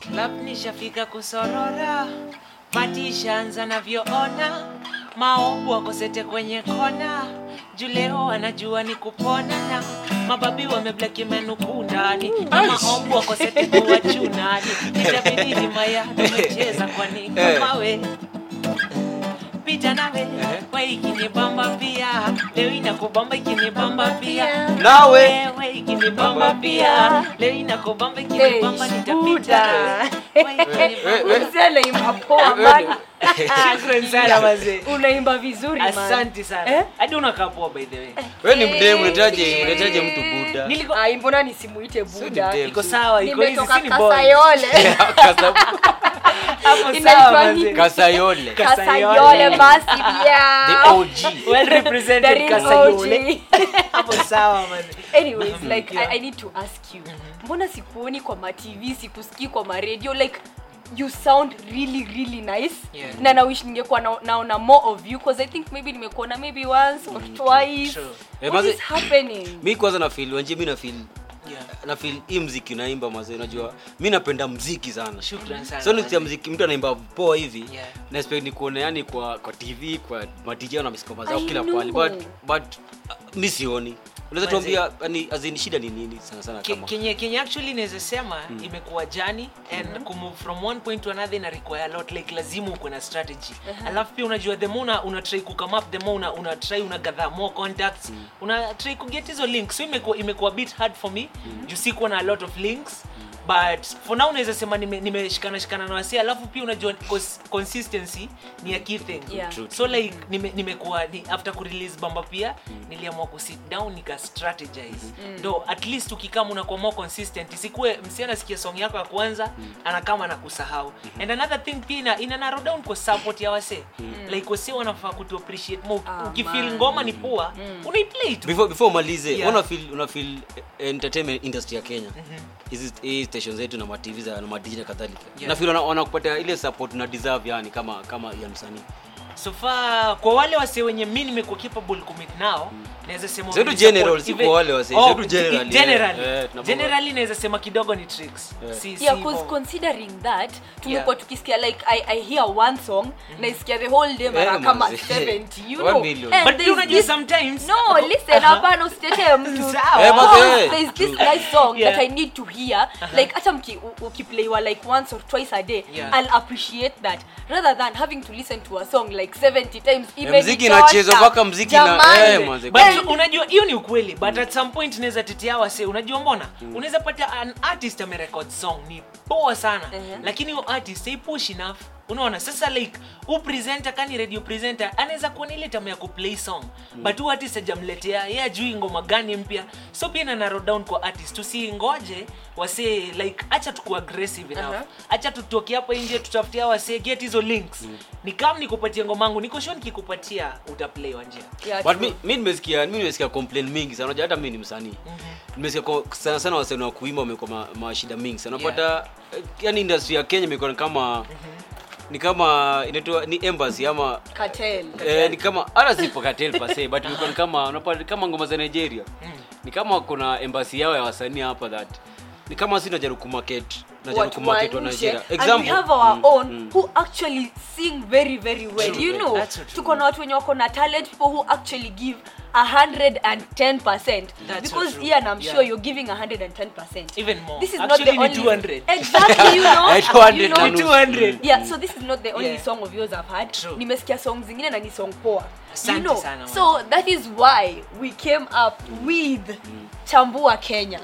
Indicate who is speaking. Speaker 1: Club nishafika kusorora, pati ishaanza navyoona, maovu wakosete kwenye kona, juu leo wanajua ni kupona na mababi wameblaki menukuu ndani na maovu wakosete kuwachunani, nitabidi himaya tumecheza kwani kamawe pita nawe we ikinibamba pia leo inakubamba ikinibamba pia
Speaker 2: Nawe.
Speaker 1: wewe ikinibamba pia leo inakubamba ikinibamba
Speaker 3: Hey,
Speaker 1: nitapita Wewe ikinibamba-
Speaker 3: Mzee anaimba poa
Speaker 2: Wewe
Speaker 1: eh.
Speaker 3: bana.
Speaker 1: Shukran sana wazee.
Speaker 3: Unaimba vizuri man.
Speaker 1: Asante sana.
Speaker 3: Eh?
Speaker 1: Hadi unakaa poa by the way.
Speaker 2: Wewe ni mdemu, unataje unataje mtu buda?
Speaker 1: Niliko
Speaker 3: Ai, Ah, mbona nisimuite buda?
Speaker 2: dem.
Speaker 1: iko sawa, iko hizi
Speaker 3: Nimetoka
Speaker 1: si ni boy.
Speaker 3: Kasayole.
Speaker 1: Hapo sawa
Speaker 3: Inaitwa
Speaker 1: wazee.
Speaker 3: nini?
Speaker 2: Kasayole.
Speaker 1: Kasayole.
Speaker 3: Kasayole basi
Speaker 2: The
Speaker 3: pia.
Speaker 2: OG.
Speaker 1: Well
Speaker 3: The
Speaker 1: represented
Speaker 3: real
Speaker 1: Kasayole.
Speaker 3: OG.
Speaker 1: Hapo sawa wazee.
Speaker 3: Anyways, like
Speaker 1: Yeah.
Speaker 3: I, I need to ask you. Mbona sikuoni kwa ma TV, sikusikii kwa ma radio like you sound really really nice
Speaker 1: Yeah.
Speaker 3: na nawish ningekuwa na, naona more of you cause i think maybe nimekuona maybe once or twice
Speaker 1: True.
Speaker 2: Eh,
Speaker 3: what
Speaker 2: basi-
Speaker 3: is happening
Speaker 2: Mimi kwanza na feel, wanje mimi na feel
Speaker 1: Yeah.
Speaker 2: na feel hii muziki unaimba mazee, unajua mimi napenda muziki sana.
Speaker 1: Shukran sana.
Speaker 2: So nikia
Speaker 1: wazee.
Speaker 2: muziki mtu anaimba poa hivi.
Speaker 1: Yeah.
Speaker 2: Na expect ni kuona yani kwa kwa TV, kwa ma DJ na misikoma zao
Speaker 3: I
Speaker 2: kila
Speaker 3: know.
Speaker 2: pale. But but uh, mimi sioni. Unaweza
Speaker 1: Wazee.
Speaker 2: tuambia yani as in shida ni nini sana sana
Speaker 1: Ke-
Speaker 2: kama.
Speaker 1: kenye kenye actually naweza sema
Speaker 2: Mm.
Speaker 1: imekuwa jani and
Speaker 2: Mm-hmm.
Speaker 1: kumove from one point to another ina require a lot like lazima uko na strategy alafu pia unajua the more una, una try ku come up the more una, una try una gather more contacts
Speaker 2: Mm.
Speaker 1: una try ku get hizo links so imekuwa imekuwa a bit hard for me
Speaker 2: Mm.
Speaker 1: juu sikuwa na a lot of links but for now unaweza sema nime- nimeshikana shikana na wasi alafu pia unajua cons- consistency ni a key thing
Speaker 3: Yeah.
Speaker 2: True,
Speaker 1: so like nime- nimekuwa ni after kurelease bamba pia niliamua kusit down nika strategize
Speaker 3: Mm.
Speaker 1: ndo at least ukikama unakuwa more consistent isikuwe msi anasikia song yako ya kwanza
Speaker 3: Mm.
Speaker 1: anakama na kusahau
Speaker 3: Mm-hmm.
Speaker 1: and another thing pia ina, ina narrow down kwa support ya wasee like wasee wanafaa kutu appreciate more
Speaker 3: Mm. Ah,
Speaker 1: ukifeel
Speaker 3: man. Mm.
Speaker 1: ngoma ni poa unaiplay tu
Speaker 2: before before umalize
Speaker 1: Yeah. Mhm.
Speaker 2: yeah. una feel una feel eh, entertainment industry ya Kenya hizi mm station zetu na ma TV za na ma DJ na kadhalika
Speaker 1: Yeah.
Speaker 2: na feel wana- wanakupatia ile support na deserve yani kama kama ya msanii
Speaker 1: so far kwa wale wasee wenye mi nimekuwa capable commit nao
Speaker 3: Mm.
Speaker 1: naweza sema
Speaker 2: Zetu
Speaker 1: wamenisupport
Speaker 2: general, si
Speaker 1: even-
Speaker 2: kwa wale wasee,
Speaker 1: Oh,
Speaker 2: zetu generally,
Speaker 1: generally.
Speaker 2: eh, eh, tunapoma.
Speaker 1: Generally naweza sema kidogo ni tricks si, si oh.
Speaker 3: yeah
Speaker 1: hivyo.
Speaker 3: cause considering that tumekuwa tukisikia like i, I hear one song naisikia the whole day mara
Speaker 2: Yeah,
Speaker 3: kama
Speaker 2: Mm-hmm. Eh, manze.
Speaker 3: 70 you
Speaker 2: One
Speaker 3: know
Speaker 2: million.
Speaker 3: And
Speaker 1: But
Speaker 3: there's
Speaker 1: unajua
Speaker 3: this-
Speaker 1: sometimes-
Speaker 3: no listen
Speaker 1: Uh-huh.
Speaker 3: hapana usitetee mtu
Speaker 1: Sawa.
Speaker 2: Eh, manze.
Speaker 3: Because there's this nice song
Speaker 1: Yeah. Uh-huh.
Speaker 3: that i need to hear like hata mki- u- ukiplaywa like once or twice a day
Speaker 1: Yeah.
Speaker 3: i'll appreciate that rather than having to listen to a song like 70 times
Speaker 2: Eh, mziki inachezwa mpaka mziki na- eh, manze.
Speaker 1: but
Speaker 3: but
Speaker 1: unajua hiyo ni ukweli but at some point unaweza tetea wase unajua mbona unaweza pata an artist amerecord song ni poa sana
Speaker 3: Mhm.
Speaker 1: lakini hiyo artist haipush enough unaona sasa like u presenter kani radio presenter anaweza kuwa na ile tamu ya kuplay song but huyu artist hajamletea yeye ajui ngoma gani mpya so pia na narrow down kwa artist tusiingoje wase like acha tuku aggressive enough
Speaker 3: Aha.
Speaker 1: acha tutoke hapa nje tutafutia wase get hizo links ni kama nikupatia ngomangu niko sure nikikupatia utaplay wa njia
Speaker 3: Yeah,
Speaker 2: but
Speaker 3: true.
Speaker 2: mi mi nimesikia mi nimesikia complain mingi sana unajua hata mi ni msanii
Speaker 1: Mhm.
Speaker 2: nimesikia kwa- sana sana wasanii wa kuimba wamekuwa ma- mashida mingi sana
Speaker 1: Yeah.
Speaker 2: unapata eh, yani industry ya Kenya imekuwa ni kama
Speaker 1: Mhm.
Speaker 2: ni kama inaitwa ni embassy ama
Speaker 3: cartel
Speaker 2: Eh, ni kama hata sipo cartel per se but ilikuwa ni kama unapata kama ngoma za Nigeria. Ni kama kuna embassy yao ya wasanii hapa that. Ni kama sisi tunajaribu kumarket, tunajaribu
Speaker 3: watu
Speaker 2: kumarket wa
Speaker 3: wa nje,
Speaker 2: Nigeria. Mm.
Speaker 3: and we have our own who actually sing very very well
Speaker 2: True,
Speaker 3: you
Speaker 2: eh,
Speaker 3: know
Speaker 1: that's so Mm, true.
Speaker 3: tuko na watu wenye wako na talent people who actually give 110%
Speaker 1: That's
Speaker 3: because
Speaker 1: so true.
Speaker 3: here and I'm sure
Speaker 1: Yeah.
Speaker 3: you're giving 110%.
Speaker 1: even more
Speaker 3: This is
Speaker 1: actually
Speaker 3: not
Speaker 1: ni
Speaker 3: the only
Speaker 1: 200
Speaker 3: Exactly, you know.
Speaker 2: Eh, 200
Speaker 3: you know.
Speaker 2: na nusu.
Speaker 1: 200.
Speaker 2: Mm.
Speaker 3: yeah so this is not the only
Speaker 1: Yeah.
Speaker 3: song of yours i've heard
Speaker 1: True.
Speaker 3: nimesikia song zingine na ni song poa
Speaker 1: Asante
Speaker 3: you know
Speaker 1: sana, Mm.
Speaker 3: so that is why we came up with chambua kenya